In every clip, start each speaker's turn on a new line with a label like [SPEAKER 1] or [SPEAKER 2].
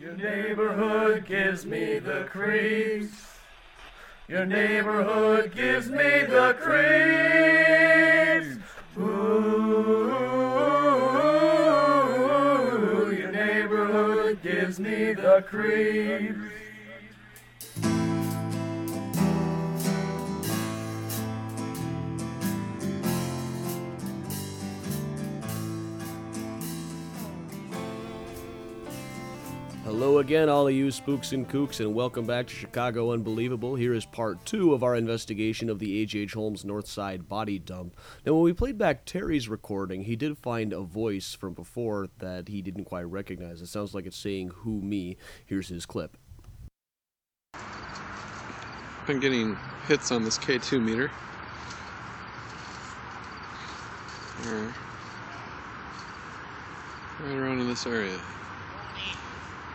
[SPEAKER 1] Your neighborhood gives me the creeps. Your neighborhood gives me the creeps. Ooh, your neighborhood gives me the creeps.
[SPEAKER 2] Hello again, all of you spooks and kooks, and welcome back to Chicago Unbelievable. Here is part two of our investigation of the H.H. Holmes Northside body dump. Now, when we played back Terry's recording, he did find a voice from before that he didn't quite recognize. It sounds like it's saying, Who me? Here's his clip.
[SPEAKER 3] Been getting hits on this K2 meter. Or right around in this area.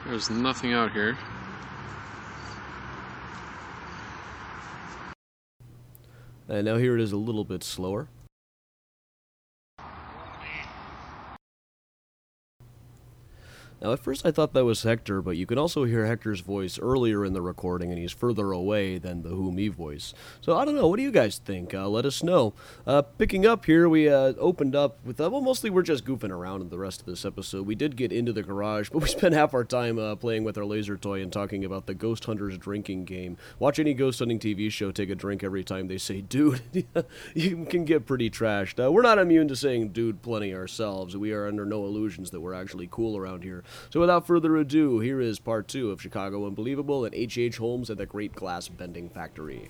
[SPEAKER 3] There's nothing out here.
[SPEAKER 2] And now here it is a little bit slower. Now, at first I thought that was Hector, but you can also hear Hector's voice earlier in the recording, and he's further away than the Who Me voice. So I don't know. What do you guys think? Uh, let us know. Uh, picking up here, we uh, opened up with, uh, well, mostly we're just goofing around in the rest of this episode. We did get into the garage, but we spent half our time uh, playing with our laser toy and talking about the Ghost Hunters drinking game. Watch any Ghost Hunting TV show take a drink every time they say, dude. you can get pretty trashed. Uh, we're not immune to saying dude plenty ourselves. We are under no illusions that we're actually cool around here. So without further ado, here is part two of Chicago Unbelievable and H.H. Holmes at the Great Glass Bending Factory.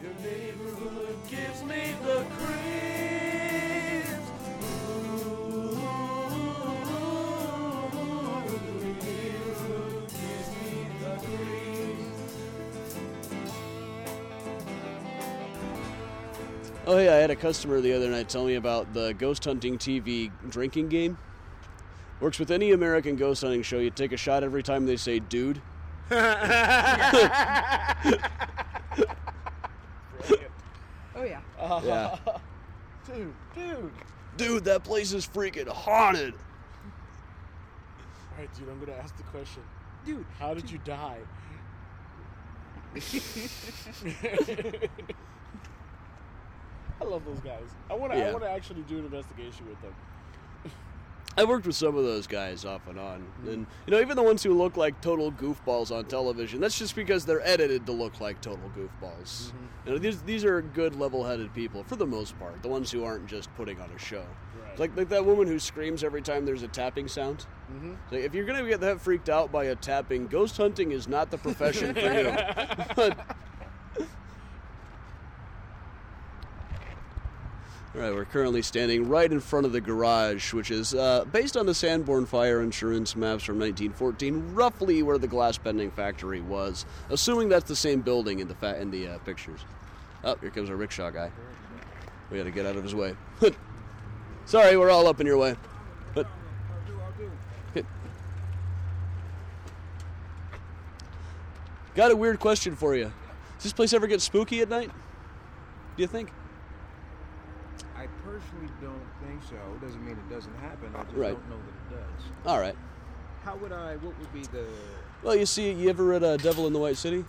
[SPEAKER 1] Your neighborhood gives me the creeps. Ooh, your neighborhood gives me the creeps.
[SPEAKER 2] Oh, yeah, I had a customer the other night tell me about the Ghost Hunting TV drinking game. Works with any American ghost hunting show. You take a shot every time they say dude.
[SPEAKER 4] Oh yeah.
[SPEAKER 5] Uh,
[SPEAKER 2] Yeah.
[SPEAKER 1] Dude, dude.
[SPEAKER 2] dude, that place is freaking haunted.
[SPEAKER 6] All right, dude, I'm gonna ask the question.
[SPEAKER 4] Dude,
[SPEAKER 6] How did you die? I love those guys. I want to.
[SPEAKER 2] Yeah.
[SPEAKER 6] I want to actually do an investigation with them.
[SPEAKER 2] I worked with some of those guys off and on, and you know, even the ones who look like total goofballs on television. That's just because they're edited to look like total goofballs. You know, these these are good, level-headed people for the most part. The ones who aren't just putting on a show,
[SPEAKER 6] Right.
[SPEAKER 2] like like that woman who screams every time there's a tapping sound.
[SPEAKER 6] Mhm.
[SPEAKER 2] It's like, if you're gonna get that freaked out by a tapping, ghost hunting is not the profession for you. All right, we're currently standing right in front of the garage, which is uh, based on the Sanborn fire insurance maps from 1914, roughly where the glass bending factory was. Assuming that's the same building in the fa- in the uh, pictures. Oh, here comes our rickshaw guy. We got to get out of his way. Sorry, we're all up in your way. But got a weird question for you. Does this place ever get spooky at night? Do you think?
[SPEAKER 5] I personally don't think so. Doesn't mean it doesn't happen. I just
[SPEAKER 2] Right.
[SPEAKER 5] don't know that it does.
[SPEAKER 2] All right.
[SPEAKER 5] How would I? What would be the
[SPEAKER 2] Well, you see, you ever read uh, Devil in the White City?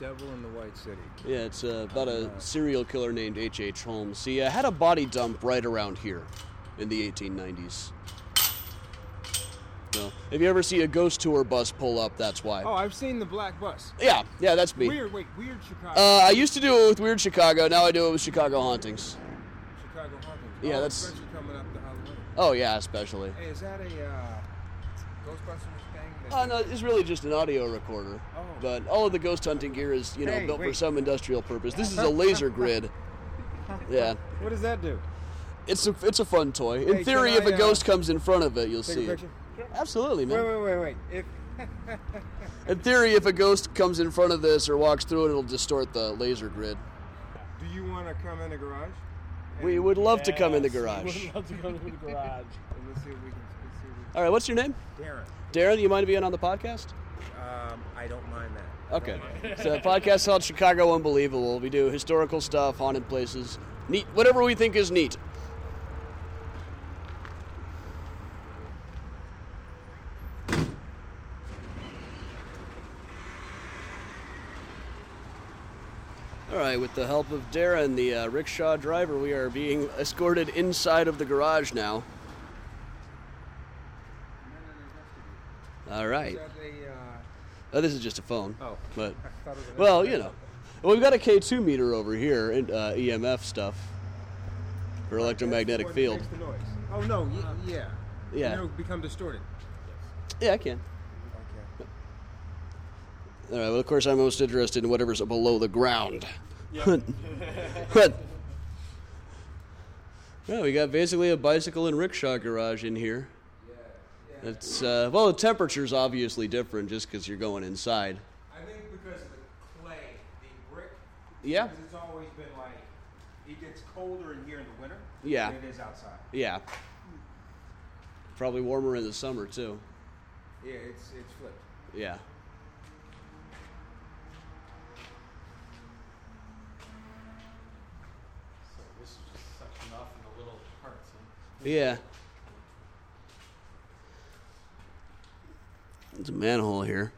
[SPEAKER 5] devil in the white city?
[SPEAKER 2] Yeah, it's uh, about a serial killer named H.H. H. Holmes. He uh, had a body dump right around here in the 1890s. So, if you ever see a ghost tour bus pull up, that's why.
[SPEAKER 5] Oh, I've seen the black bus.
[SPEAKER 2] Yeah, yeah, that's me.
[SPEAKER 5] Weird, wait, weird Chicago,
[SPEAKER 2] Uh, I used to do it with Weird Chicago, now I do it with Chicago Hauntings.
[SPEAKER 5] Chicago hauntings.
[SPEAKER 2] yeah,
[SPEAKER 5] oh,
[SPEAKER 2] that's-
[SPEAKER 5] especially coming up the Halloween.
[SPEAKER 2] Oh, yeah, especially.
[SPEAKER 5] Hey, is that a uh, Ghostbusters thing? that-
[SPEAKER 2] Uh, no, it's really just an audio recorder.
[SPEAKER 5] Oh.
[SPEAKER 2] But all of the ghost hunting gear is, you know,
[SPEAKER 5] Hey,
[SPEAKER 2] built for
[SPEAKER 5] wait.
[SPEAKER 2] some industrial purpose. This is a laser grid. Yeah.
[SPEAKER 5] What does that do?
[SPEAKER 2] It's a, it's a fun toy. In
[SPEAKER 5] Hey, can
[SPEAKER 2] theory, if
[SPEAKER 5] I,
[SPEAKER 2] a
[SPEAKER 5] uh,
[SPEAKER 2] ghost comes in front of it, you'll
[SPEAKER 5] Take
[SPEAKER 2] see
[SPEAKER 5] a
[SPEAKER 2] it.
[SPEAKER 5] picture.
[SPEAKER 2] Absolutely, man.
[SPEAKER 5] Wait, wait, wait, wait. If
[SPEAKER 2] In theory, if a ghost comes in front of this or walks through it, it'll distort the laser grid.
[SPEAKER 5] do you want to come in the garage?
[SPEAKER 2] We would love to come in the
[SPEAKER 6] Yes, we
[SPEAKER 2] garage.
[SPEAKER 6] Would love to come in the garage.
[SPEAKER 5] And let's see if we can. Let's see if
[SPEAKER 2] All right, what's your name?
[SPEAKER 5] we can.
[SPEAKER 2] Darren, you mind being on the podcast?
[SPEAKER 5] Darren, um, I don't mind that.
[SPEAKER 2] Okay. So the podcast called Chicago Unbelievable. We do historical stuff, haunted places, neat, whatever we think is neat. All right, with the help of Darren, the uh, rickshaw driver, we are being escorted inside of the garage now. All right.
[SPEAKER 5] Is that a, uh,
[SPEAKER 2] Oh, this is just a phone.
[SPEAKER 5] Oh.
[SPEAKER 2] But,
[SPEAKER 5] I thought it was-
[SPEAKER 2] well, you know. Well, we've got a K2 meter over here, and uh, EMF stuff for electromagnetic
[SPEAKER 5] That's the one
[SPEAKER 2] field.
[SPEAKER 5] that makes the noise. Oh no, y- yeah.
[SPEAKER 2] yeah.
[SPEAKER 5] And it'll become distorted.
[SPEAKER 2] Yeah, I can.
[SPEAKER 5] Okay.
[SPEAKER 2] All right, well, of course, I'm most interested in whatever's below the ground. well, we got basically a bicycle and rickshaw garage in here. It's, uh, well, the temperature's obviously different just because you're going inside.
[SPEAKER 5] I think because of the clay, the brick.
[SPEAKER 2] Yeah.
[SPEAKER 5] Because it's always been like it gets colder in here in the winter.
[SPEAKER 2] Yeah.
[SPEAKER 5] Than it is outside.
[SPEAKER 2] Yeah. Probably warmer in the summer, too.
[SPEAKER 5] Yeah, it's it's flipped.
[SPEAKER 2] Yeah.
[SPEAKER 7] So this is just sectioned off into little parts. And
[SPEAKER 2] Yeah. It's a manhole here.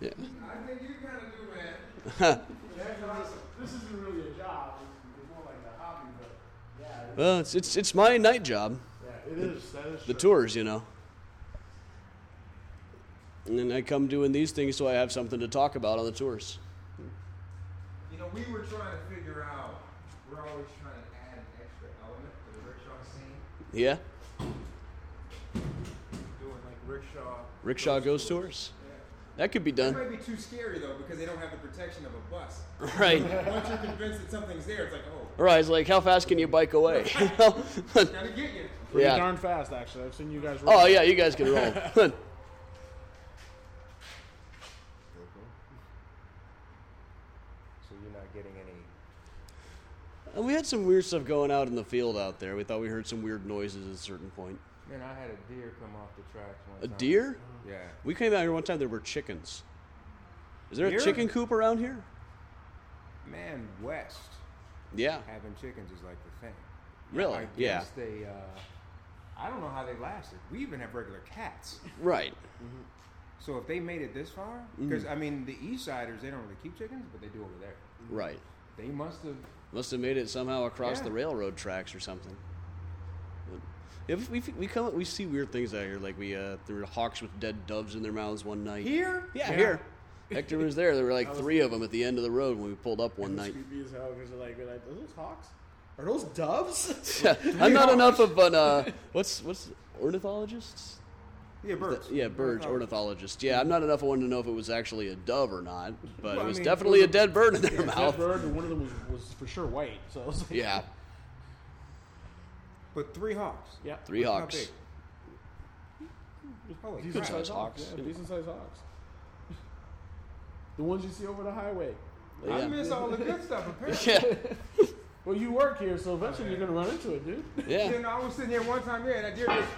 [SPEAKER 2] Yeah.
[SPEAKER 5] I think you kind of do, man.
[SPEAKER 7] this isn't really a job. It's more like a hobby, but yeah,
[SPEAKER 2] Well, it's it's it's my night job.
[SPEAKER 7] yeah, it is. That is
[SPEAKER 2] The
[SPEAKER 7] true.
[SPEAKER 2] tours, you know. And then I come doing these things so I have something to talk about on the tours.
[SPEAKER 5] You know, we were trying to figure out. We're always trying to add an extra element to the rickshaw scene,
[SPEAKER 2] Yeah.
[SPEAKER 5] doing like rickshaw.
[SPEAKER 2] Rickshaw goes tours. That could be
[SPEAKER 5] It
[SPEAKER 2] done.
[SPEAKER 5] might be too scary though because they don't have the protection of a bus.
[SPEAKER 2] Right.
[SPEAKER 5] Once you're convinced that something's there, it's like, oh,
[SPEAKER 2] Right. It's like how fast can you bike away? You know?
[SPEAKER 5] gotta get you.
[SPEAKER 6] Pretty
[SPEAKER 2] Yeah.
[SPEAKER 6] darn fast, actually. I've seen you guys.
[SPEAKER 2] oh yeah, you guys can roll.
[SPEAKER 5] So you're not getting any.
[SPEAKER 2] And Uh, we had some weird stuff going out in the field out there. We thought we heard some weird noises at a certain point.
[SPEAKER 5] Man, I had a deer come off the tracks one
[SPEAKER 2] A
[SPEAKER 5] time.
[SPEAKER 2] deer?
[SPEAKER 5] Yeah.
[SPEAKER 2] We came out here one time. There were chickens. Is there
[SPEAKER 5] Deer?
[SPEAKER 2] a chicken coop around here?
[SPEAKER 5] Man, West
[SPEAKER 2] Yeah.
[SPEAKER 5] having chickens is like the thing.
[SPEAKER 2] Really?
[SPEAKER 5] I
[SPEAKER 2] Yeah.
[SPEAKER 5] guess they. Uh, I don't know how they lasted. We even have regular cats.
[SPEAKER 2] Right.
[SPEAKER 5] So if they made it this far,
[SPEAKER 2] Mm.
[SPEAKER 5] because I mean the East Siders, they don't really keep chickens, but they do over there.
[SPEAKER 2] Right.
[SPEAKER 5] They must have.
[SPEAKER 2] Must have made it somehow across
[SPEAKER 5] Yeah.
[SPEAKER 2] the railroad tracks or something. But- If we we come we see weird things out here, like we uh, there were hawks with dead doves in their mouths one night.
[SPEAKER 5] Here?
[SPEAKER 2] Yeah, here. Hector was there. There were like three of them at the end of the road when we pulled up one
[SPEAKER 6] It's
[SPEAKER 2] night.
[SPEAKER 6] creepy as hell because they're like, they're like, are those hawks? Are those doves?
[SPEAKER 2] I'm not enough of an uh, what's what's ornithologists.
[SPEAKER 5] Yeah, birds.
[SPEAKER 2] Yeah, birds, ornithologist. Yeah, I'm not enough of one to know if it was actually a dove or not, but
[SPEAKER 5] Well,
[SPEAKER 2] it
[SPEAKER 5] I
[SPEAKER 2] was
[SPEAKER 5] mean,
[SPEAKER 2] definitely a
[SPEAKER 5] it was a-
[SPEAKER 2] dead bird in their
[SPEAKER 6] That
[SPEAKER 2] mouth.
[SPEAKER 6] bird, one of them was, was for sure white. So I was like,
[SPEAKER 2] Yeah,
[SPEAKER 5] But three hawks.
[SPEAKER 6] yeah.
[SPEAKER 2] three
[SPEAKER 5] How
[SPEAKER 2] hawks.
[SPEAKER 5] big? Holy
[SPEAKER 6] Decent
[SPEAKER 5] crap.
[SPEAKER 6] sized
[SPEAKER 2] hawks,
[SPEAKER 6] hawks.
[SPEAKER 2] yeah.
[SPEAKER 6] Yeah, decent sized hawks. The ones you see over the highway.
[SPEAKER 5] I
[SPEAKER 2] Yeah,
[SPEAKER 5] miss all the good stuff. Apparently,
[SPEAKER 2] yeah,
[SPEAKER 6] Well, you work here, so eventually you're gonna run into it, dude.
[SPEAKER 5] you
[SPEAKER 2] yeah.
[SPEAKER 5] know, I was sitting here one time, yeah, and that deer just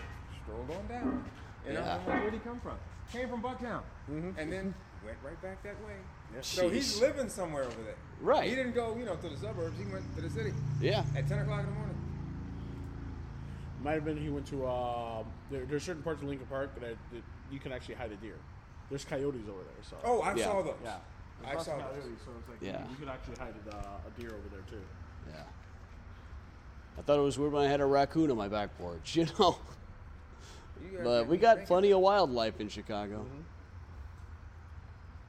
[SPEAKER 5] strolled on down. And
[SPEAKER 2] Yeah.
[SPEAKER 5] I'm like, where'd he come from? Came from Bucktown, Mm-hmm. and then went right back that way. So he's
[SPEAKER 2] Jeez.
[SPEAKER 5] living somewhere over there.
[SPEAKER 2] Right.
[SPEAKER 5] He didn't go, you know, to the suburbs. He went to the city
[SPEAKER 2] yeah.
[SPEAKER 5] at 10 o'clock in the morning.
[SPEAKER 6] Might have been he went to. Um, there, there's certain parts of Lincoln Park that, that you can actually hide a deer. There's coyotes over there, so.
[SPEAKER 5] Oh, I
[SPEAKER 2] Yeah.
[SPEAKER 5] saw those.
[SPEAKER 6] yeah.
[SPEAKER 5] I
[SPEAKER 6] Lots of
[SPEAKER 5] saw
[SPEAKER 6] coyotes,
[SPEAKER 5] those.
[SPEAKER 6] so it's like
[SPEAKER 2] Yeah.
[SPEAKER 6] you, you could actually hide a, a deer over there too.
[SPEAKER 2] Yeah. I thought it was weird when I had a raccoon on my back porch, you know.
[SPEAKER 5] You
[SPEAKER 2] But we
[SPEAKER 5] me
[SPEAKER 2] got
[SPEAKER 5] thinking.
[SPEAKER 2] plenty of wildlife in Chicago.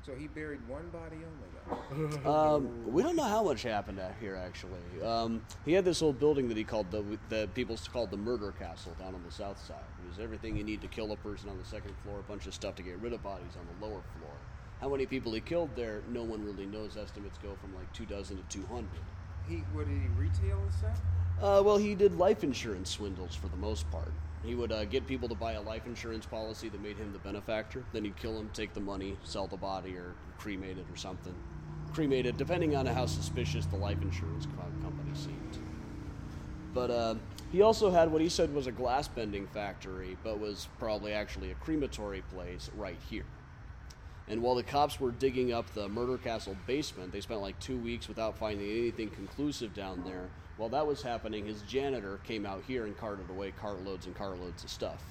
[SPEAKER 5] So he buried one body only. Though.
[SPEAKER 2] Um, we don't know how much happened out here, actually. Um, he had this old building that he called the the people called the murder castle down on the south side. It was everything you need to kill a person on the second floor, a bunch of stuff to get rid of bodies on the lower floor. How many people he killed there, no one really knows. Estimates go from like two dozen to two hundred.
[SPEAKER 5] He what did he retail and stuff?
[SPEAKER 2] Uh, well, he did life insurance swindles for the most part. He would uh, get people to buy a life insurance policy that made him the benefactor. Then he'd kill them, take the money, sell the body, or cremate it or something. Cremate it, depending on how suspicious the life insurance co- company seemed. But uh, he also had what he said was a glass bending factory, but was probably actually a crematory place right here. And while the cops were digging up the murder castle basement, they spent like two weeks without finding anything conclusive down there. While that was happening, his janitor came out here and carted away cartloads and cartloads of stuff.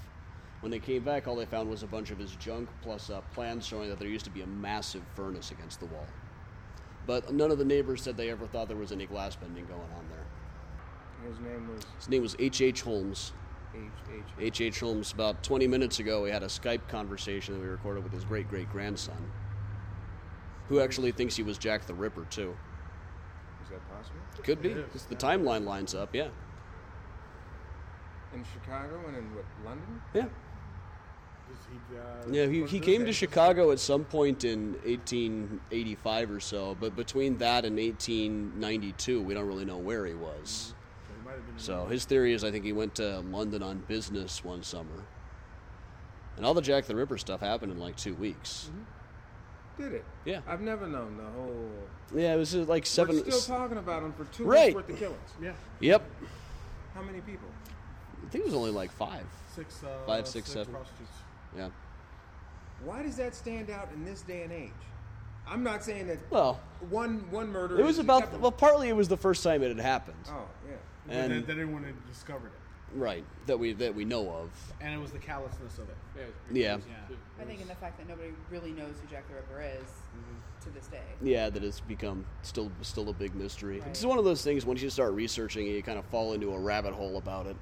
[SPEAKER 2] When they came back, all they found was a bunch of his junk plus uh, plans showing that there used to be a massive furnace against the wall. But none of the neighbors said they ever thought there was any glass bending going on there.
[SPEAKER 8] His name was
[SPEAKER 2] His name was H.H. H. Holmes.
[SPEAKER 8] H H.
[SPEAKER 2] H.H. H. Holmes, about 20 minutes ago, we had a Skype conversation that we recorded with his great great grandson, who actually thinks he was Jack the Ripper, too.
[SPEAKER 8] Is that possible?
[SPEAKER 2] Could be. 'cause The timeline lines up, yeah.
[SPEAKER 8] In Chicago and in what London?
[SPEAKER 2] Yeah.
[SPEAKER 6] Is he, uh,
[SPEAKER 2] Yeah, he, he came to Chicago at some point in 1885 or so, but between that and 1892, we don't really know where he was.
[SPEAKER 6] it might have been
[SPEAKER 2] So his theory is I think he went to London on business one summer. And all the Jack the Ripper stuff happened in like two weeks.
[SPEAKER 8] Did it?
[SPEAKER 2] Yeah.
[SPEAKER 8] I've never known the whole.
[SPEAKER 2] Yeah, it was just like 7
[SPEAKER 8] We're still talking about him for two
[SPEAKER 2] Right.
[SPEAKER 8] weeks worth of killings.
[SPEAKER 6] Yeah,
[SPEAKER 2] Yep.
[SPEAKER 8] How many people?
[SPEAKER 2] I think it was only like five.
[SPEAKER 6] six, uh,
[SPEAKER 2] Five, six, seven.
[SPEAKER 6] prostitutes.
[SPEAKER 2] Yeah.
[SPEAKER 8] Why does that stand out in this day and age? I'm not saying that
[SPEAKER 2] Well,
[SPEAKER 8] one one murder.
[SPEAKER 2] it was
[SPEAKER 8] is
[SPEAKER 2] about, well,
[SPEAKER 8] acceptable.
[SPEAKER 2] partly it was the first time it had happened.
[SPEAKER 8] oh yeah.
[SPEAKER 6] And
[SPEAKER 2] And,
[SPEAKER 6] then everyone had discovered it,
[SPEAKER 2] right, that we, that we know of.
[SPEAKER 6] and it was the callousness of it.
[SPEAKER 2] Yeah.
[SPEAKER 6] Yeah.
[SPEAKER 4] I think in the fact that nobody really knows who Jack the Ripper is to this day.
[SPEAKER 2] Yeah, that it's become still still a big mystery.
[SPEAKER 4] Right.
[SPEAKER 2] It's one of those things once you start researching it, you kind of fall into a rabbit hole about it.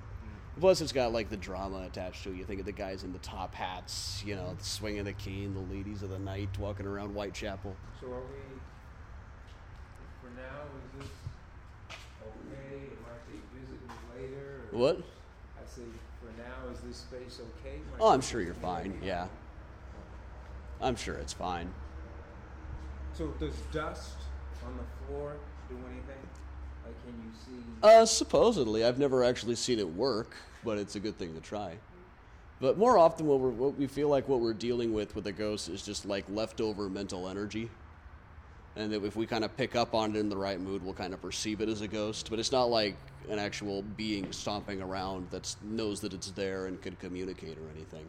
[SPEAKER 2] Plus, it's got like the drama attached to it. You think of the guys in the top hats, you know, swinging the cane, the ladies of the night walking around Whitechapel.
[SPEAKER 5] So are we, for now, is this okay? Am I to visit me later? or-
[SPEAKER 2] What?
[SPEAKER 5] I say, for now, is this space okay? Am I
[SPEAKER 2] Oh, I'm
[SPEAKER 5] to
[SPEAKER 2] sure you're
[SPEAKER 5] visit you
[SPEAKER 2] fine.
[SPEAKER 5] later?
[SPEAKER 2] Yeah, I'm sure it's fine.
[SPEAKER 5] So does dust on the floor do anything? Like, can you see?
[SPEAKER 2] Uh, supposedly, I've never actually seen it work, but it's a good thing to try. But more often, what, we're, what we feel like what we're dealing with with a ghost is just like leftover mental energy, and that if we kind of pick up on it in the right mood, we'll kind of perceive it as a ghost. But it's not like an actual being stomping around that knows that it's there and could communicate or anything.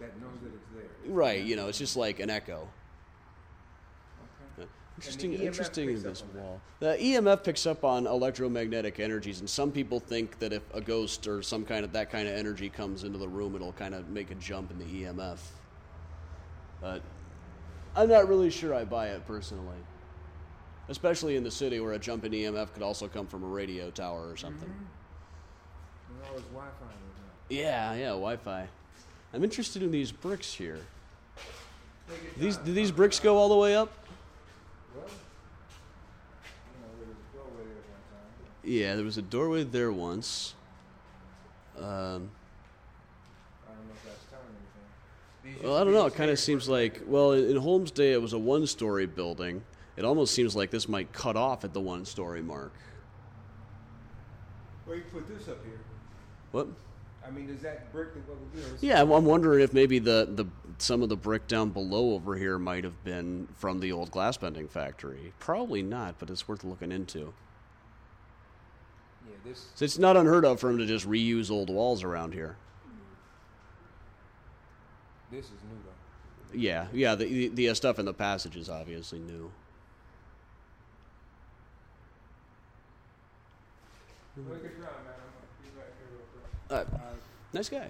[SPEAKER 5] that knows that it's there.
[SPEAKER 2] Right? You know, it's just like an echo. Interesting,
[SPEAKER 5] EMF
[SPEAKER 2] interesting in
[SPEAKER 5] E picks up
[SPEAKER 2] this
[SPEAKER 5] on that.
[SPEAKER 2] wall. The EMF picks up on electromagnetic energies, and some people think that if a ghost or some kind of that kind of energy comes into the room, it'll kind of make a jump in the EMF. But I'm not really sure I buy it personally, especially in the city where a jump in EMF could also come from a radio tower or something.
[SPEAKER 5] Mm-hmm. And all his Wi-Fi was out.
[SPEAKER 2] Yeah, yeah, Wi-Fi. I'm interested in these bricks here. These do these bricks go all the way up?
[SPEAKER 5] Well, you know, there was a doorway there one time.
[SPEAKER 2] Yeah, there was a doorway there once. Um,
[SPEAKER 5] I don't know if that's telling anything.
[SPEAKER 2] well, I don't know. It kind of seems like, well, in in Holmes' day, it was a one story building. It almost seems like this might cut off at the one story mark.
[SPEAKER 5] Well, you put this up here.
[SPEAKER 2] What?
[SPEAKER 5] I mean, is that brick that what we do? is-
[SPEAKER 2] Yeah, I'm I'm wondering if maybe the, the some of the brick down below over here might have been from the old glassbending factory. Probably not, but it's worth looking into.
[SPEAKER 5] Yeah, this.
[SPEAKER 2] So it's not unheard of for him to just reuse old walls around here.
[SPEAKER 5] This is new though.
[SPEAKER 2] Yeah, yeah. The the, the uh, stuff in the passage is obviously new.
[SPEAKER 5] Look at John, man. I'm gonna be back here real quick.
[SPEAKER 2] Uh, nice guy.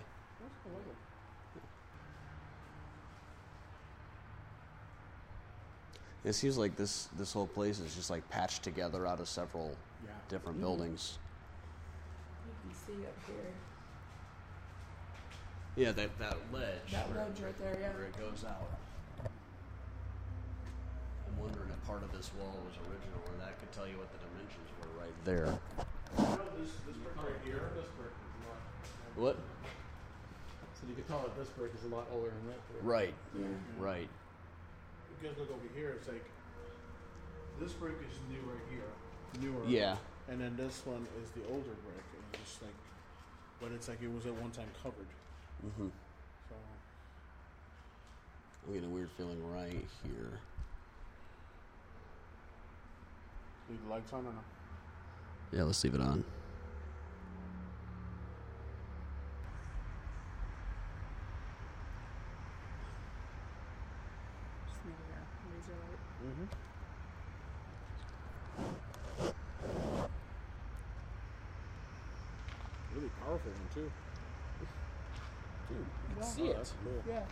[SPEAKER 2] It seems like this this whole place is just like patched together out of several
[SPEAKER 6] Yeah.
[SPEAKER 2] different buildings.
[SPEAKER 4] You can see up here.
[SPEAKER 2] Yeah, that that ledge.
[SPEAKER 4] That ledge right there, yeah.
[SPEAKER 2] Where it goes out. I'm wondering if part of this wall was original, and that could tell you what the dimensions were right there.
[SPEAKER 6] You know, this, this brick right here, this brick is a lot.
[SPEAKER 2] What?
[SPEAKER 7] So you can tell that this brick is a lot older than that brick.
[SPEAKER 2] Right. Right.
[SPEAKER 6] If you guys look over here, it's like this brick is new right here, newer.
[SPEAKER 2] Yeah.
[SPEAKER 6] And then this one is the older brick, and it's just like, but it's like it was at one time covered.
[SPEAKER 2] Mm-hmm.
[SPEAKER 6] So
[SPEAKER 2] I'm getting a weird feeling right here.
[SPEAKER 6] leave the lights on or no?
[SPEAKER 2] Yeah, let's leave it on.
[SPEAKER 4] Just never know. Laser light.
[SPEAKER 6] Really powerful one too. Dude, you can
[SPEAKER 7] Yeah.
[SPEAKER 6] see it.
[SPEAKER 7] Yeah.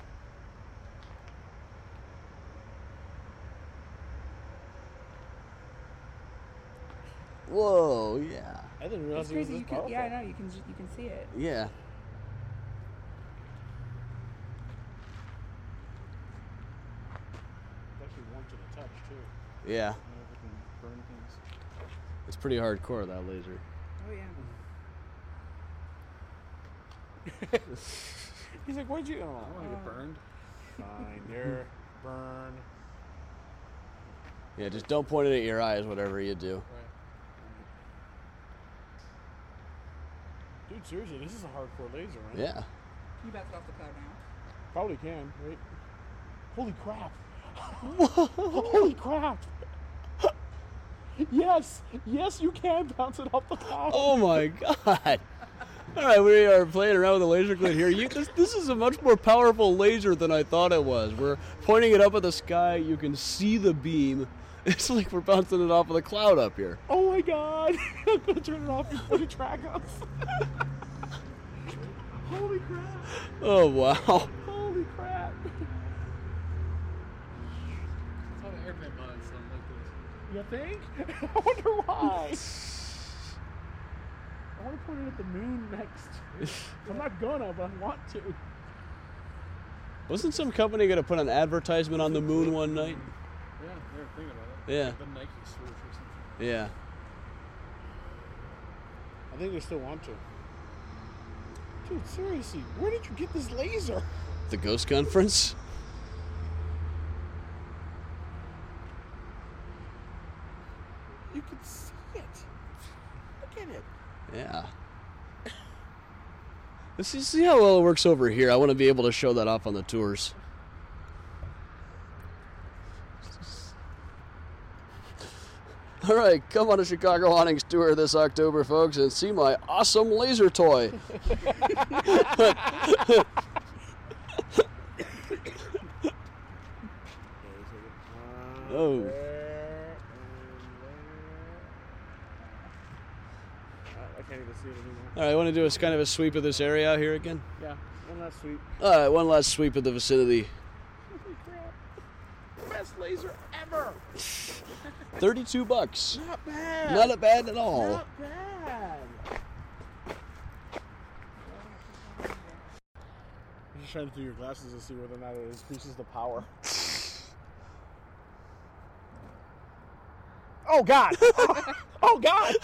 [SPEAKER 2] Whoa, yeah.
[SPEAKER 6] I didn't realize
[SPEAKER 4] It's
[SPEAKER 6] it was
[SPEAKER 4] crazy.
[SPEAKER 6] this
[SPEAKER 4] You can,
[SPEAKER 6] powerful.
[SPEAKER 4] yeah, I know. You can ju- you can see it.
[SPEAKER 2] Yeah.
[SPEAKER 6] It's actually warm to the touch too.
[SPEAKER 2] Yeah.
[SPEAKER 5] You know, if it can burn things.
[SPEAKER 2] It's pretty hardcore, that laser.
[SPEAKER 4] Oh yeah.
[SPEAKER 6] He's like, "Why'd you?" Oh,
[SPEAKER 5] I don't want to get burned.
[SPEAKER 6] fine. You're burn.
[SPEAKER 2] Yeah, just don't point it at your eyes, whatever you do.
[SPEAKER 6] Dude, seriously, this is a hardcore laser, right?
[SPEAKER 2] Yeah.
[SPEAKER 4] Can you bounce it off the cloud now?
[SPEAKER 6] Probably can. Wait. Holy crap! Holy crap! yes, yes, you can bounce it off the cloud.
[SPEAKER 2] Oh my god. All right, we are playing around with a laser grid here. You, this, this is a much more powerful laser than I thought it was. We're pointing it up at the sky. You can see the beam. It's like we're bouncing it off of the cloud up here.
[SPEAKER 6] Oh my god! I'm gonna turn it off before you track us. Holy crap!
[SPEAKER 2] Oh wow.
[SPEAKER 6] Holy crap!
[SPEAKER 5] That's all the airplane pilots sound like this.
[SPEAKER 6] You think? I wonder why. I want to put it at the moon next. I'm not gonna, but I want to.
[SPEAKER 2] Wasn't some company going to put an advertisement on the moon one night?
[SPEAKER 5] Yeah, they were thinking about it.
[SPEAKER 2] Yeah.
[SPEAKER 5] Like The Nike swoosh or something.
[SPEAKER 2] Yeah.
[SPEAKER 6] I think they still want to. Dude, seriously, where did you get this laser?
[SPEAKER 2] The Ghost Conference?
[SPEAKER 6] You can see it. Look at it.
[SPEAKER 2] Yeah. Let's see, see how well it works over here. I want to be able to show that off on the tours. All right, come on a Chicago Awnings tour this October, folks, and see my awesome laser toy.
[SPEAKER 6] Uh,
[SPEAKER 2] Oh.
[SPEAKER 6] There and there. I- I can't even see it anymore.
[SPEAKER 2] All right, I want to do a kind of a sweep of this area out here again.
[SPEAKER 6] Yeah, one last sweep.
[SPEAKER 2] All right, one last sweep of the vicinity.
[SPEAKER 6] Holy crap. Best laser ever.
[SPEAKER 2] 32 bucks.
[SPEAKER 6] Not bad.
[SPEAKER 2] Not bad at all.
[SPEAKER 6] Not bad. I'm just trying to through your glasses to see whether or not it increases the power. Oh God! oh God!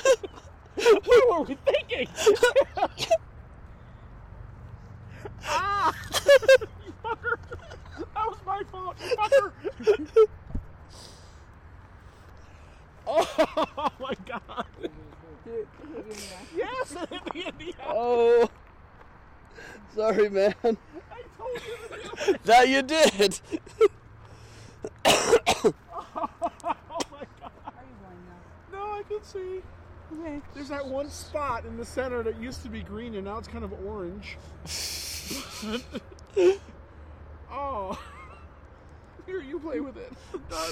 [SPEAKER 6] what were we thinking? ah! You fucker! That was my fault, you fucker! oh my God! Yes! I hit the Indiana.
[SPEAKER 2] Oh. Sorry, man.
[SPEAKER 6] I told you to do it.
[SPEAKER 2] That you did.
[SPEAKER 6] Oh my God!
[SPEAKER 4] Are you blind now?
[SPEAKER 6] No, I can see. There's that one spot in the center that used to be green and now it's kind of orange. oh. Here, you play with it. I'm done.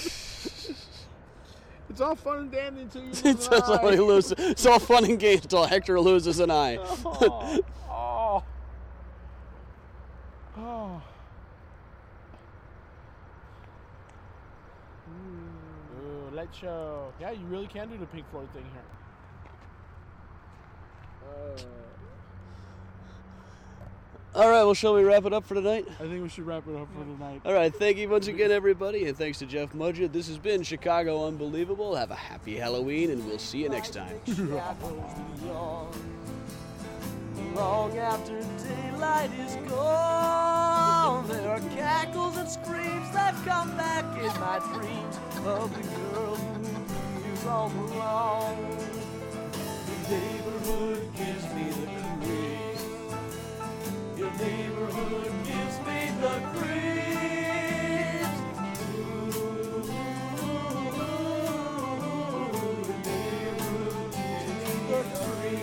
[SPEAKER 6] It's all fun and dandy until you lose
[SPEAKER 2] It's
[SPEAKER 6] an
[SPEAKER 2] all
[SPEAKER 6] eye.
[SPEAKER 2] he loses. It's all fun and games until Hector loses an eye.
[SPEAKER 6] Oh. Oh. Oh. Ooh, light show. Yeah, you really can do the Pink Floyd thing here.
[SPEAKER 2] All right, well, shall we wrap it up for tonight?
[SPEAKER 6] I think we should wrap it up for tonight.
[SPEAKER 2] All right, thank you once again, everybody, and thanks to Jeff Mudgett. This has been Chicago Unbelievable. Have a happy Halloween, and we'll see you next time.
[SPEAKER 9] Long after daylight is gone, there are cackles and screams that come back in my dreams of the girl who is all alone. The neighborhood gives me the creeps. Your neighborhood gives me the creeps. Ooh, your neighborhood gives me the creeps.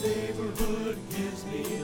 [SPEAKER 9] neighborhood gives me